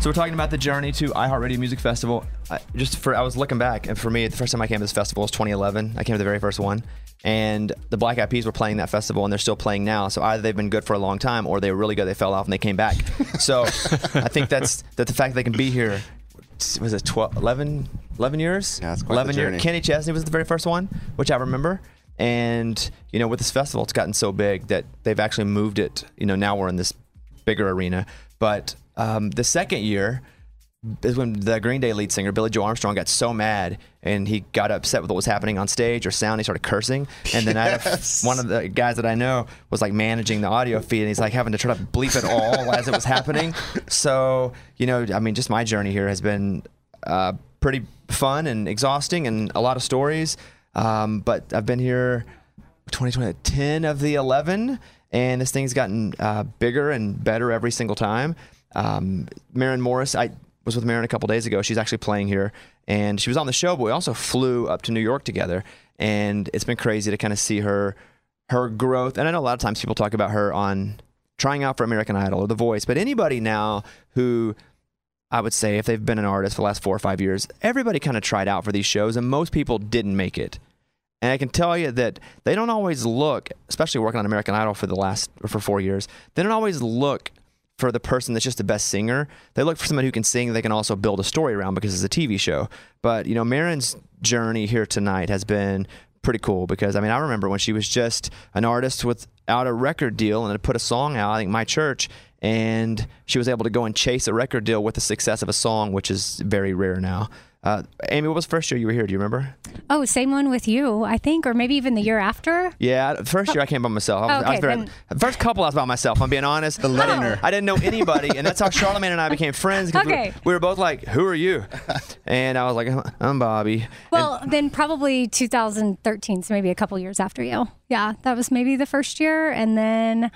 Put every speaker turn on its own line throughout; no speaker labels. So we're talking about the journey to iHeartRadio Music Festival. I, just for I was looking back, and for me, the first time I came to this festival was 2011. I came to the very first one, and the Black Eyed Peas were playing that festival, and they're still playing now. So either they've been good for a long time, or they were really good. They fell off and they came back. So I think that's that the fact that they can be here was it 12, 11, 11 years?
Yeah, it's quite the journey.
Kenny Chesney was the very first one, which I remember. And you know, with this festival, it's gotten so big that they've actually moved it. You know, now we're in this bigger arena. But um, the second year is when the Green Day lead singer Billy Joe Armstrong got so mad and he got upset with what was happening on stage or sound. He started cursing, and then I had a f- one of the guys that I know was like managing the audio feed, and he's like having to try to bleep it all as it was happening. So you know, I mean, just my journey here has been uh, pretty fun and exhausting, and a lot of stories. Um, but I've been here 2020, 10 of the 11, and this thing's gotten uh, bigger and better every single time. Um, Marin Morris, I was with Marin a couple days ago. She's actually playing here, and she was on the show, but we also flew up to New York together, and it's been crazy to kind of see her her growth. And I know a lot of times people talk about her on trying out for American Idol or The Voice, but anybody now who I would say if they've been an artist for the last four or five years, everybody kind of tried out for these shows, and most people didn't make it. And I can tell you that they don't always look, especially working on American Idol for the last or for four years, they don't always look for the person that's just the best singer. They look for someone who can sing. They can also build a story around because it's a TV show. But you know, Marin's journey here tonight has been pretty cool because I mean, I remember when she was just an artist without a record deal and had put a song out. I think my church. And she was able to go and chase a record deal with the success of a song, which is very rare now. Uh, Amy, what was the first year you were here? Do you remember?
Oh, same one with you, I think, or maybe even the year after.
Yeah, the first year I came by myself. I was, I was
Oh. Okay,
very,
then-
the first couple I was by myself. I'm being honest. The
Londoner.
I didn't know anybody, and that's how Charlemagne and I became friends. 'cause we,
Okay.
were, we were both like, "Who are you?" And I was like, "I'm- "I'm Bobby."
Well, then probably 2013, so maybe a couple years after you. Yeah, that was maybe the first year. And then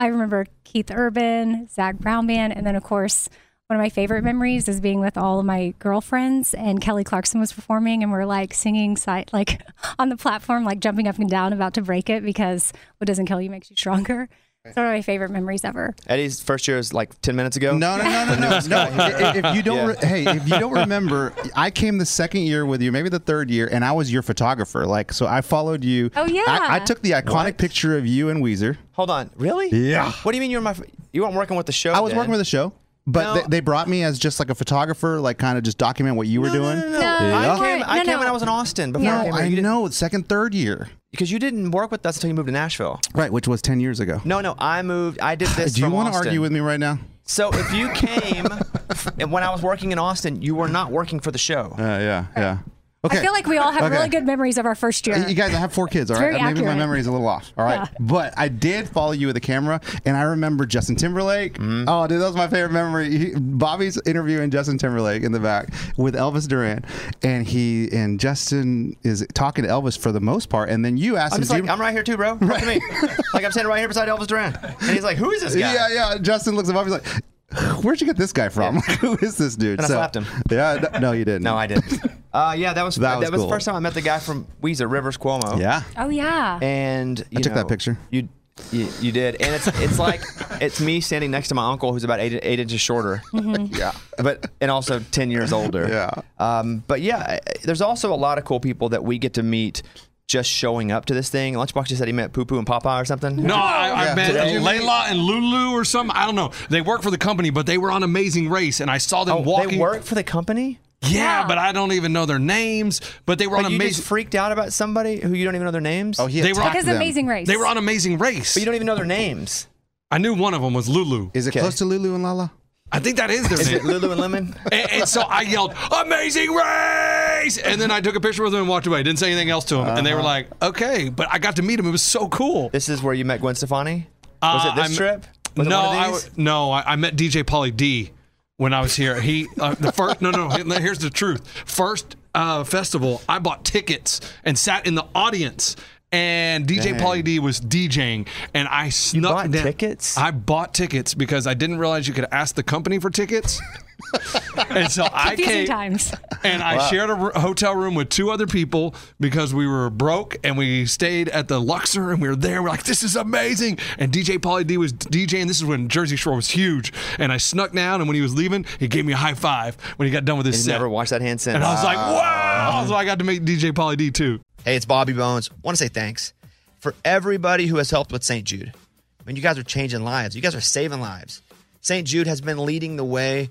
I remember Keith Urban, Zach Brown Band. And then, of course, one of my favorite memories is being with all of my girlfriends and Kelly Clarkson was performing and we're like singing side, like on the platform, like jumping up and down about to break it because what doesn't kill you makes you stronger. It's one of my favorite memories ever.
And Eddie's first year was like ten minutes ago.
No, no, no, no, no. no. I- i- If you don't, re- hey, if you don't remember, I came the second year with you, maybe the third year, and I was your photographer. Like, so I followed you.
Oh, yeah.
I, I took the iconic picture of you and Weezer.
Hold on, really?
Yeah.
What do you mean you were my? f- You weren't working with the show.
I was working with a show, but
No.
they, they brought me as just like a photographer, like kind of just document what you were doing.
No, no,
Oh,
no.
Yeah.
I came. I
No,
came
no.
when I was in Austin before
No,
I came here.
I
You didn't-
know, second, third year,
because you didn't work with us until you moved to Nashville.
right? Which was ten years ago.
No, no, I moved. I did this.
Do you
want to
argue with me right now?
So if you came and when I was working in Austin, you were not working for the show.
Uh, yeah, yeah. Okay.
I feel like we all have
Okay. Uh,
really good memories of our first year.
You guys, I have four kids. All right,
very
maybe my
accurate.
memory's a little off. All right, but I did follow you with a camera, and I remember Justin Timberlake.
Mm-hmm.
Oh, dude, that was my favorite memory. He, Bobby's interviewing Justin Timberlake in the back with Elvis Duran, and he and Justin is talking to Elvis for the most part, and then you asked
I'm
him.
just
"Do
like,
you-
I'm right here too, bro. Talk to me. like I'm standing right here beside Elvis Duran. And he's like, who is this guy?
yeah, yeah. Justin looks at Bobby he's like, "Where'd you get this guy from? Who is this dude?"
And I slapped him.
Yeah, no, no, you didn't.
No, I didn't. Uh, yeah, that was
That was
the
cool.
first time I met the guy from Weezer, Rivers Cuomo.
Yeah.
oh, yeah.
and you
took
know,
that picture.
You, you you did, and it's it's like it's me standing next to my uncle who's about eight, eight inches shorter.
Mm-hmm.
Yeah, but and also ten years older.
Yeah.
Um, but yeah, I- there's also a lot of cool people that we get to meet just showing up to this thing. Lunchbox just said he met Poo Poo and Papa or something.
No, I, I
Yeah.
met
Did you meet-
Layla and Lulu or something. I don't know. They work for the company, but they were on Amazing Race, and I saw them
Oh,
walking.
they work for the company.
Yeah,
Yeah.
but I don't even know their names. But they were
But
on
you
Amazing.
just freaked out about somebody who you don't even know their names.
Oh, he
They were-
attacked
because
them.
Amazing Race.
they were on Amazing Race.
but you don't even know their names.
I knew one of them was Lulu.
Is it
Okay.
close to Lulu and Lala?
I think that is their
Is
name.
it Lulu and Lemon?
and, and so I yelled, "Amazing Race!" And then I took a picture with them and walked away. Didn't say anything else to them. And they were
Uh-huh.
like, "Okay," but I got to meet them. It was so cool.
this is where you met Gwen Stefani. Was
Uh,
it this
I'm-
trip? Was it
no,
one of
I
these?
w- no, I, I met DJ Polly D when I was here. He uh, the first no no no, here's the truth. First uh, festival, I bought tickets and sat in the audience. And DJ
Dang.
Pauly D was DJing, and I snuck
bought
down-
tickets?
I bought tickets because I didn't realize you could ask the company for tickets. and so I
Confusing
came
times.
and I shared a r- hotel room with two other people because we were broke and we stayed at the Luxor and we were there. We're like, this is amazing. And DJ Pauly D was DJing. This is when Jersey Shore was huge. And I snuck down, and when he was leaving, he gave me a high five when he got done with his
He's
set.
never washed that hand since.
and I was like, wow. So I got to meet DJ Pauly D too.
Hey, it's Bobby Bones. want to say thanks for everybody who has helped with St. Jude. I mean, you guys are changing lives. You guys are saving lives. St. Jude has been leading the way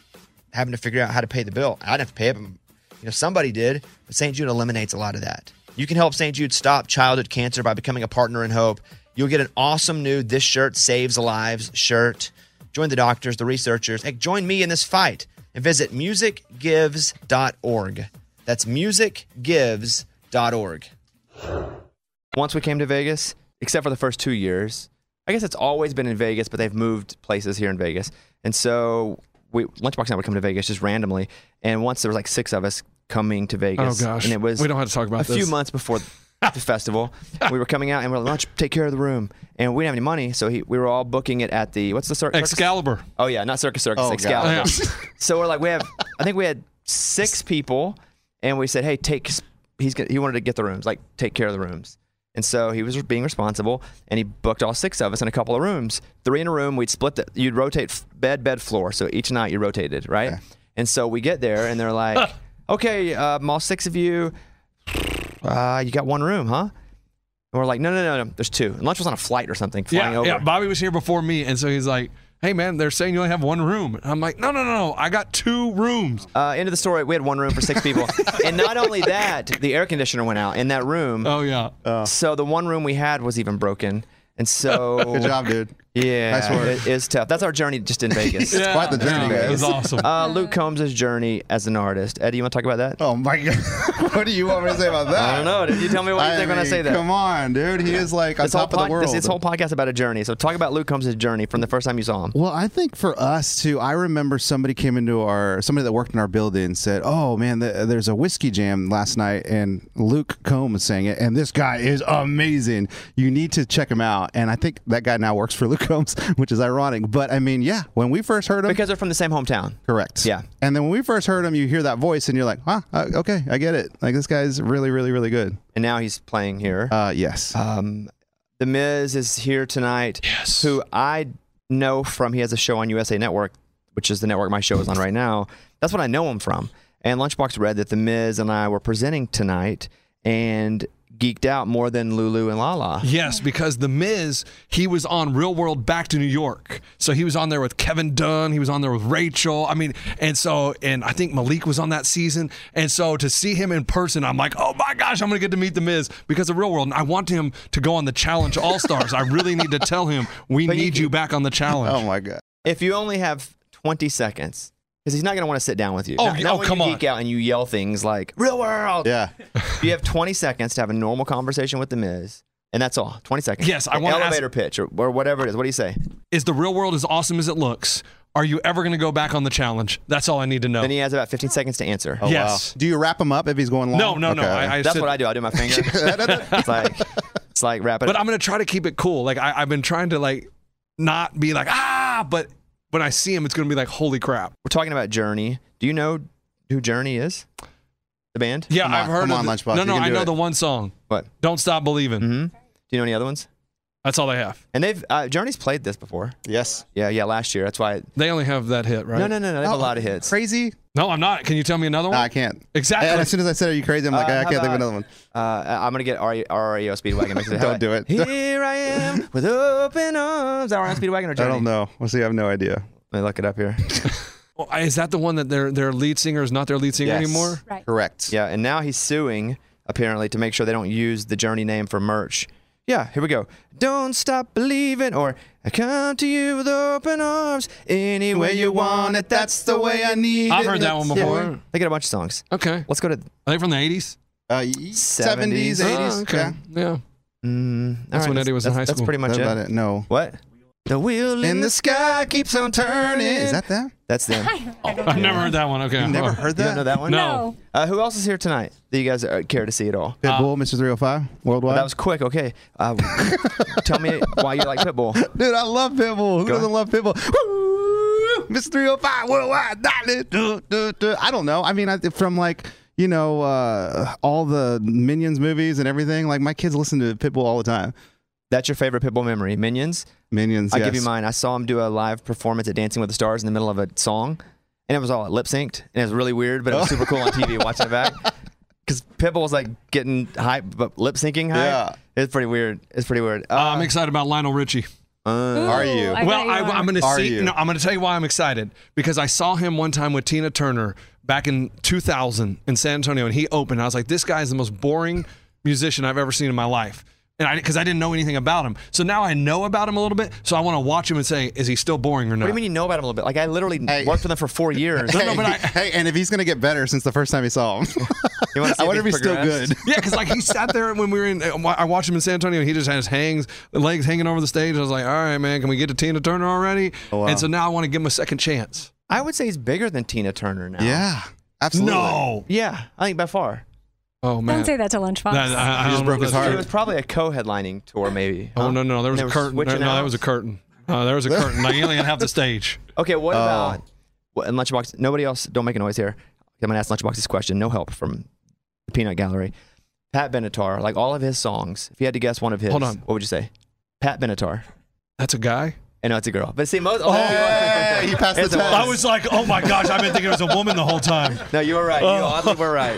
having to figure out how to pay the bill. I didn't have to pay it, but you know, somebody did. But St. Jude eliminates a lot of that. You can help St. Jude stop childhood cancer by becoming a partner in hope. You'll get an awesome new This Shirt Saves Lives shirt. Join the doctors, the researchers. Hey, join me in this fight and visit musicgives.org. That's musicgives.org.
once we came to Vegas, except for the first two years. I guess it's always been in Vegas, but they've moved places here in Vegas. And so we Lunchbox and I would come to Vegas just randomly. And once there was like six of us coming to Vegas.
Oh, gosh.
And it was
We don't have to talk about
a few
this.
months before the festival. We were coming out and we're like, lunch, take care of the room. And we didn't have any money, so he, we were all booking it at the what's the circus?
Excalibur.
Oh yeah, not Circus Circus,
Oh,
Excalibur.
God.
so we're like, we have, I think we had six people, and we said, hey, take. He's gonna, he wanted to get the rooms, like take care of the rooms, and so he was being responsible, and he booked all six of us in a couple of rooms, three in a room. We'd split the, you'd rotate f- bed, bed, floor, so each night you rotated, right? And so we get there, and they're like, okay, um, all six of you, uh, you got one room, huh? And we're like, no, no, no, no, there's two. And lunch was on a flight or something, flying
yeah,
over.
yeah. Bobby was here before me, and so he's like, hey, man, they're saying you only have one room. And I'm like, no, no, no, no. I got two rooms.
Uh, end of the story. We had one room for six people, and not only that, the air conditioner went out in that room.
Oh, yeah.
So the one room we had was even broken, and so
Good job, dude.
Yeah,
Nice work.
it is tough. That's our journey just in Vegas.
yeah.
quite the journey,
yeah, It was
guys.
awesome.
Uh, Luke Combs' journey as an artist. Eddie, you want to talk about that?
Oh my god, what do you want me to say about that?
I don't know. Did you tell me what you think when I
mean,
say that?
Come on, dude. He is like on
This whole,
top of
pod-
the world.
this, this whole podcast about a journey. So talk about Luke Combs' journey from the first time you saw him.
Well, I think for us too, I remember somebody came into our somebody that worked in our building said, "Oh man, th- there's a whiskey jam last night, and Luke Combs sang it, and this guy is amazing. You need to check him out." And I think that guy now works for Luke Combs, which is ironic. But I mean, yeah, when we first heard him,
Because they're from the same hometown.
correct,
Yeah.
And then when we first heard him, you hear that voice, and you're like, "Huh, uh, okay, I get it. Like this guy's really, really, really good."
And now he's playing here.
Uh, yes,
Um, the Miz is here tonight.
Yes.
Who I know from he has a show on USA Network, which is the network my show is on right now. That's what I know him from. And Lunchbox read that the Miz and I were presenting tonight and geeked out more than Lulu and Lala.
Yes, because The Miz, he was on Real World Back to New York. So he was on there with Kevin Dunn. He was on there with Rachel. I mean, and so, and I think Malik was on that season. And so to see him in person, I'm like, oh my gosh, I'm going to get to meet The Miz because of Real World. And I want him to go on the Challenge All Stars. I really need to tell him, we
But you
need
can-
you back on the challenge.
oh my god.
If you only have 20 seconds, because he's not going to want to sit down with you.
Oh,
Not-
yeah,
not
oh,
when
come
you
on.
geek out and you yell things like, real world.
Yeah,
You have 20 seconds to have a normal conversation with the Miz. And that's all. 20 seconds.
Yes, I
An
wanna ask-
Elevator pitch or, or whatever it is. What do you say?
Is the real world as awesome as it looks? Are you ever going to go back on the challenge? That's all I need to know.
Then he has about 15 seconds to answer.
Oh, yes.
Do you wrap him up if he's going long?
No, no, no.
Okay.
I, I
That's
said-
what I do. I do my finger. it's like it's like wrap it.
but
up.
I'm gonna try to keep it cool. Like I, I've been trying to like not be like ah, but when I see him, it's gonna be like holy crap.
We're talking about Journey. Do you know who Journey is? The band.
Yeah,
Come on,
I've heard
come
of
on,
the-
Lunchbox,
No,
you
no,
can
I
do
know
it.
the one song.
What?
Don't stop believing.
Mm-hmm. Do you know any other ones?
That's all they have.
And they've uh, Journey's played this before.
yes.
Yeah, yeah, last year. That's why.
They only have that hit, right?
No, no, no, no. They
Oh,
have a lot of hits.
Crazy?
No, I'm not. Can you tell me another one?
No, I can't.
Exactly.
And as soon as I said, "Are you crazy?" I'm like,
Uh,
I
how
can't think
about-
of another one.
Uh, I- I'm gonna get REO Speedwagon. mixed with-
Don't do it.
Here I am with open arms. REO Speedwagon or
I
Journey?
don't know. We'll see. I have no idea.
Let me look it up here.
Oh, Is that the one that their their lead singer is not their lead singer
Yes.
anymore?
Right.
Correct.
Yeah, and now he's suing apparently to make sure they don't use the Journey name for merch. Yeah, here we go. Don't stop believing, or I come to you with open arms, any way you want it. That's the way I need
I've
it.
heard that one
Yeah.
before.
They got a bunch of songs.
Okay.
Let's go to.
Are they from the 80s?
Uh, 70s, 80s.
Oh,
okay.
Yeah.
Yeah.
Mm,
That's
all
when Eddie was in
that's-
high
That's
school.
pretty much
That
it.
about it. No.
What? The wheel
In the
sky keeps on turning.
Is that that?
That's them.
I've never heard that one. Okay.
Never
Oh.
heard
You
that?
don't know that one?
No.
Uh, who else is here tonight that you guys uh, care to see at all?
Pitbull, Mr. 305, worldwide.
That was quick. Okay. Uh, tell me why you like Pitbull.
Dude, I love Pitbull. Who
Go
doesn't
ahead.
love Pitbull? Woo! Mr. 305, worldwide. dolly, do, do, do. I don't know. I mean, I, from like, you know, uh, all the Minions movies and everything, like my kids listen to Pitbull all the time.
That's your favorite Pitbull memory, Minions.
Minions.
I'll
yes.
give you mine. I saw him do a live performance at Dancing with the Stars in the middle of a song, and it was all lip synced, and it was really weird, but it was
Oh.
super cool on TV watching it back. Because Pitbull was like getting hype, but lip syncing hype.
Yeah. Um,
It's pretty weird. It's pretty weird. Uh,
Uh, I'm excited about Lionel Richie.
uh,
Are you? I
well,
bet you
I,
are.
I'm going to
Are
see.
you?
No, I'm going to tell you why I'm excited because I saw him one time with Tina Turner back in 2000 in San Antonio, and he opened. I was like, this guy is the most boring musician I've ever seen in my life. And I, because I didn't know anything about him, so now I know about him a little bit. So I want to watch him and say, is he still boring or not?
what do you mean you know about him a little bit? Like I literally worked with him for four years.
Hey,
No, but I-
hey, and if he's gonna get better since the first time he saw him,
You wanna see
I wonder if
he's
he's still
progressed?
good.
Yeah, because like he sat there when we were in, uh, I watched him in San Antonio. and He just had his hangs, legs hanging over the stage. I was like, all right, man, can we get to Tina Turner already?
Oh,
And so now I want to give him a second chance.
I would say he's bigger than Tina Turner now.
Yeah, absolutely.
Yeah, I think by far.
Oh man.
Don't say that to Lunchbox.
That- I, I
He just
don't know
broke
if
his
that's
heart.
It was probably a co-headlining tour, maybe.
Oh
huh?
no, no, there was
They
a
were
curtain. No,
switching
no, that
out.
was a curtain. Uh, there was a curtain. Like you only have the stage.
Okay, what
Uh,
about well, and Lunchbox? Nobody else. Don't make a noise here. I'm gonna ask Lunchbox this question. No help from the Peanut Gallery. Pat Benatar, like all of his songs. If you had to guess one of his,
Hold on.
what would you say? Pat Benatar.
That's a guy.
I know it's a girl, but see most. Oh,
Hey, you passed the
It's a woman.
test.
I was like, oh my gosh, I've been thinking it was a woman the whole time.
No, you were right. You
Oh.
oddly were right.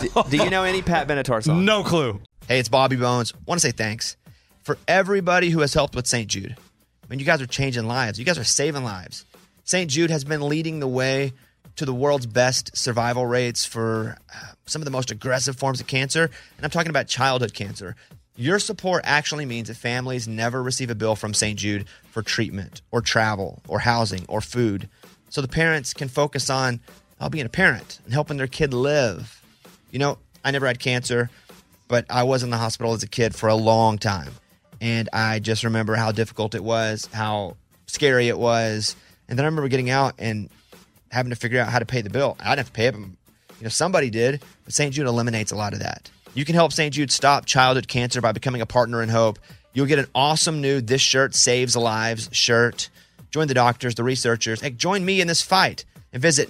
do, do you know any Pat Benatar songs?
No clue.
Hey, it's Bobby Bones. Want to say thanks for everybody who has helped with St. Jude. I mean, you guys are changing lives. You guys are saving lives. St. Jude has been leading the way to the world's best survival rates for uh, some of the most aggressive forms of cancer, and I'm talking about childhood cancer. Your support actually means that families never receive a bill from St. Jude for treatment or travel or housing or food. So the parents can focus on uh, being a parent and helping their kid live. You know, I never had cancer, but I was in the hospital as a kid for a long time. And I just remember how difficult it was, how scary it was. And then I remember getting out and having to figure out how to pay the bill. I didn't have to pay it, but you know, somebody did. But St. Jude eliminates a lot of that. You can help St. Jude stop childhood cancer by becoming a partner in hope. You'll get an awesome new This Shirt Saves Lives shirt. Join the doctors, the researchers, and join me in this fight and visit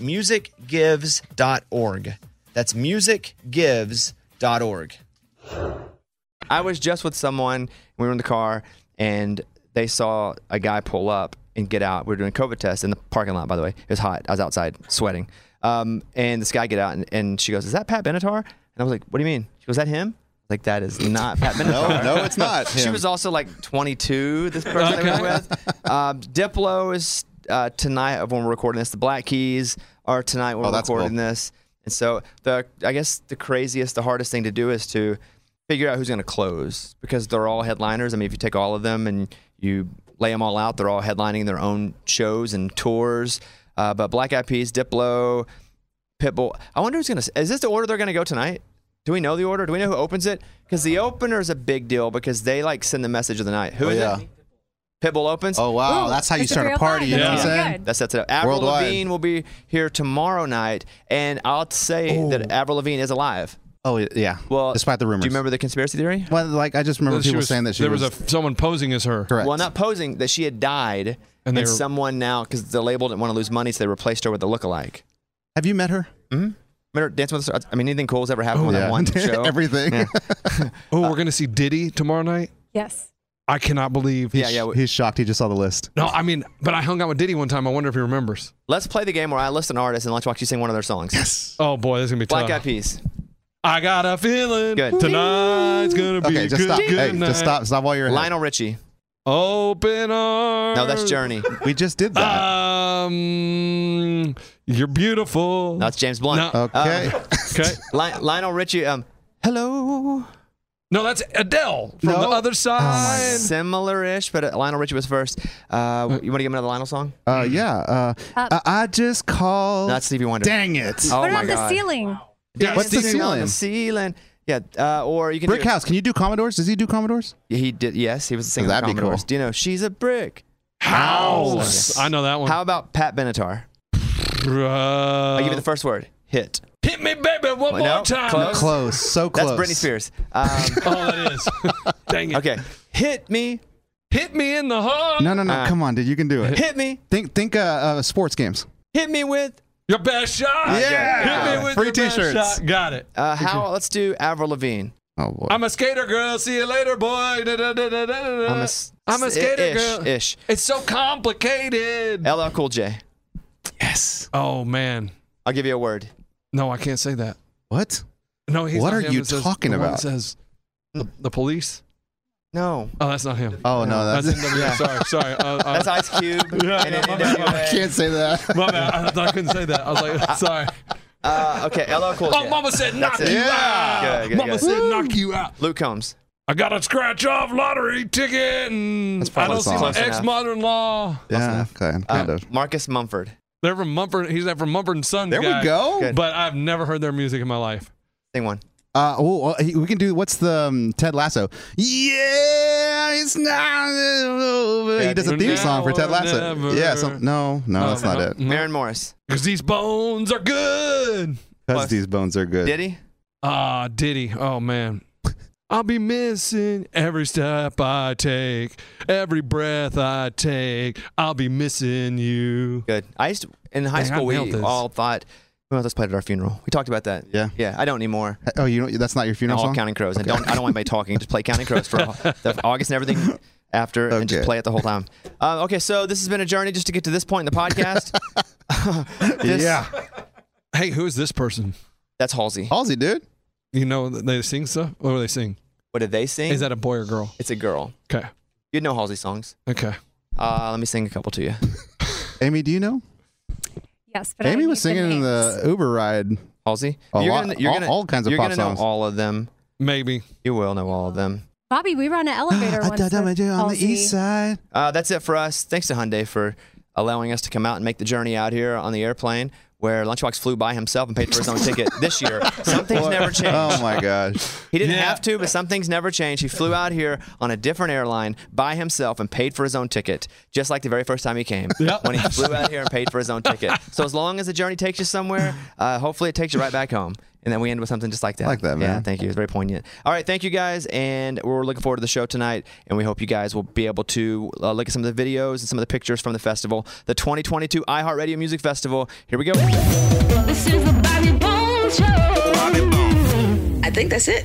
musicgives.org. That's musicgives.org.
I was just with someone. We were in the car, and they saw a guy pull up and get out. We were doing COVID tests in the parking lot, by the way. It was hot. I was outside sweating. Um, and this guy get out, and, and she goes, "Is that Pat Benatar?" And I was like, "What do you mean?" She goes, "Is "That him?" Like that is not Pat Benatar.
no, it's not
She
him.
was also like 22. This person I was with. Um, Diplo is uh, tonight of when we're recording this. The Black Keys are tonight when
Oh,
we're
that's
recording
cool.
this. And so the I guess the craziest, the hardest thing to do is to figure out who's going to close because they're all headliners. I mean, if you take all of them and you lay them all out, they're all headlining their own shows and tours. Uh, but Black Eyed Peas, Diplo, Pitbull. I wonder who's going to. Is this the order they're going to go tonight? Do we know the order? Do we know who opens it? Because the opener is a big deal because they like send the message of the night. Who
Oh,
is
yeah.
it? Pitbull opens.
Oh wow,
Ooh,
that's how you
it's a
start
305.
a party. You know what I'm
Yeah.
saying?
Good.
That sets it up. Avril
Worldwide.
Lavigne will be here tomorrow night, and I'll say that Avril Lavigne is alive.
Oh yeah.
Well,
despite the rumors.
do you remember the conspiracy theory?
Well, like I just remember
She
people
was-
saying that she
there
was,
was, a someone posing as her.
correct.
Well, not posing that she had died, and,
And they were-
someone now because the label didn't want to lose money, so they replaced her with a lookalike.
Have you met her?
Remember Dancing with the Stars? I mean, anything cool's ever
Oh,
happened on that one show.
Everything.
Oh,
Uh,
we're gonna see Diddy tomorrow night.
yes.
I cannot believe.
yeah, yeah.
He's shocked. He just saw the list.
No, I mean, but I hung out with Diddy one time. I wonder if he remembers.
Let's play the game where I list an artist and Lunchbox you sing one of their songs.
Oh boy, this is gonna be
Black Eyed
tough.
Peas.
I got a feeling
Good.
tonight's gonna be
Okay,
a
just
good,
stop.
good
Hey,
night.
just stop. Stop while you're ahead.
Lionel Richie.
Open arms.
No, that's Journey.
We just did that.
Um, you're beautiful.
That's James Blunt.
No.
okay.
Uh,
okay.
Li- Lionel Richie. Um, hello.
No, that's Adele from
No. Oh,
the other side.
Similar-ish, but uh, Lionel Richie was first. Uh, w- you want to give me another Lionel song?
Uh, yeah. Uh, I, I just called.
That's Stevie Wonder.
Dang it.
Oh
what
my God.
about the ceiling?
Yeah,
What's the
Stevie-
ceiling?
On the ceiling. Yeah, uh, or you can.
Brick
do,
House. Can you do Commodores? Does he do Commodores?
He did. Yes, he was the singer.
That'd
of
be
the
cool.
Commodores. Do you know she's a brick?
House. I know that one.
How about Pat Benatar?
Bruh.
I'll give you the first word. Hit.
Hit me, baby,
Well,
one
no,
more time.
close.
Close. So
That's
close.
Britney Spears. Um,
Oh, that is. Dang it.
okay. Hit me.
Hit me in the heart.
No, no, no.
Uh,
Come on, dude. You can do it.
Hit me.
Think, think, uh, uh sports games.
Hit me with.
Your best shot.
Yeah.
Hit me with
Free
your best
t-shirts.
shot. Got it.
Uh, how? Let's do Avril Lavigne.
Oh boy.
I'm a skater girl. See you later, boy. Da, da, da, da, da, da.
I'm a s-
Uh, I'm a
s-
skater
ish,
girl.
ish.
It's so complicated.
LL Cool J. Yes.
oh man.
I'll give you a word.
No, I can't say that.
what?
No, he's
What
not
are
him.
you
It says-
talking
the one that
about?
says the, the police.
No.
Oh, that's not him.
Oh no, that's,
That's NWA. Sorry, sorry. Uh, uh,
That's Ice Cube.
Yeah,
and
yeah,
then
my bad,
NWA.
can't say that.
my bad. I, thought I couldn't say that. I was like, sorry.
Uh, okay, LL Cool J.
Oh, Mama said knock
That's it.
you
Yeah.
out.
Good, good,
Mama
good.
said knock you out.
Luke Combs.
I got a scratch off lottery ticket. And
That's
I
probably
don't see
close
my
enough.
ex mother in law.
yeah. Okay.
Uh,
Kind of.
Marcus Mumford.
They're from Mumford. He's that from Mumford and Sons.
There
guy.
we go.
Good.
But I've never heard their music in my life.
Sing one.
Uh, oh, uh, he- we can do what's the um, Ted Lasso? Yeah, it's not over. He does a theme
Now
song for Ted
or
Lasso.
never.
Yeah, some, no, no, that's not it.
Maren Morris.
Because Uh-huh. these bones are good.
Because these bones are good.
Diddy.
Ah, Diddy. Oh, man. I'll be missing every step I take, every breath I take. I'll be missing you.
Good. I used to, in high
Dang, I
school, we
nailed this.
all thought, we want this played at our funeral. We talked about that.
Yeah.
Yeah, I don't anymore.
Oh, you don't, that's not your funeral
all
song.
Counting Crows. I don't. I don't want anybody talking. Just play Counting Crows for all, the, August and everything after, and just
Okay.
play it the whole time. Uh, okay, so this has been a journey just to get to this point in the podcast. This-
Yeah,
Hey, who is this person?
that's Halsey.
Halsey, dude.
You know, th- they sing stuff? What do they sing?
What did they sing?
Is that a boy or girl?
it's a girl.
Okay.
You know Halsey songs.
Okay.
Uh, let me sing a couple to you.
Amy, do you know?
Yes, but I
Amy
need
was
the
singing in
names.
the Uber ride.
Halsey.
A lot- all- all kinds of
You're
pop
gonna
songs.
know all of them.
Maybe.
You will know all of them.
Bobby, we were on an elevator once.
thought I
with
met you on the
Halsey.
east side.
Uh, that's it for us. Thanks to Hyundai for allowing us to come out and make the journey out here on the airplane, where Lunchbox flew by himself and paid for his own ticket this year. Some things
What?
never change.
Oh my gosh.
He didn't
Yeah.
have to, but some things never change. He flew out here on a different airline by himself and paid for his own ticket, just like the very first time he came when he flew out here and paid for his own ticket. So as long as the journey takes you somewhere, uh, hopefully it takes you right back home. And then we end with something just like that.
Like that,
Yeah,
man.
thank you. It's very poignant. All right, thank you guys, and we're looking forward to the show tonight. And we hope you guys will be able to uh, look at some of the videos and some of the pictures from the festival, the 2022 iHeartRadio Music Festival. Here we go.
This is the Bobby Bones Show.
I think that's it.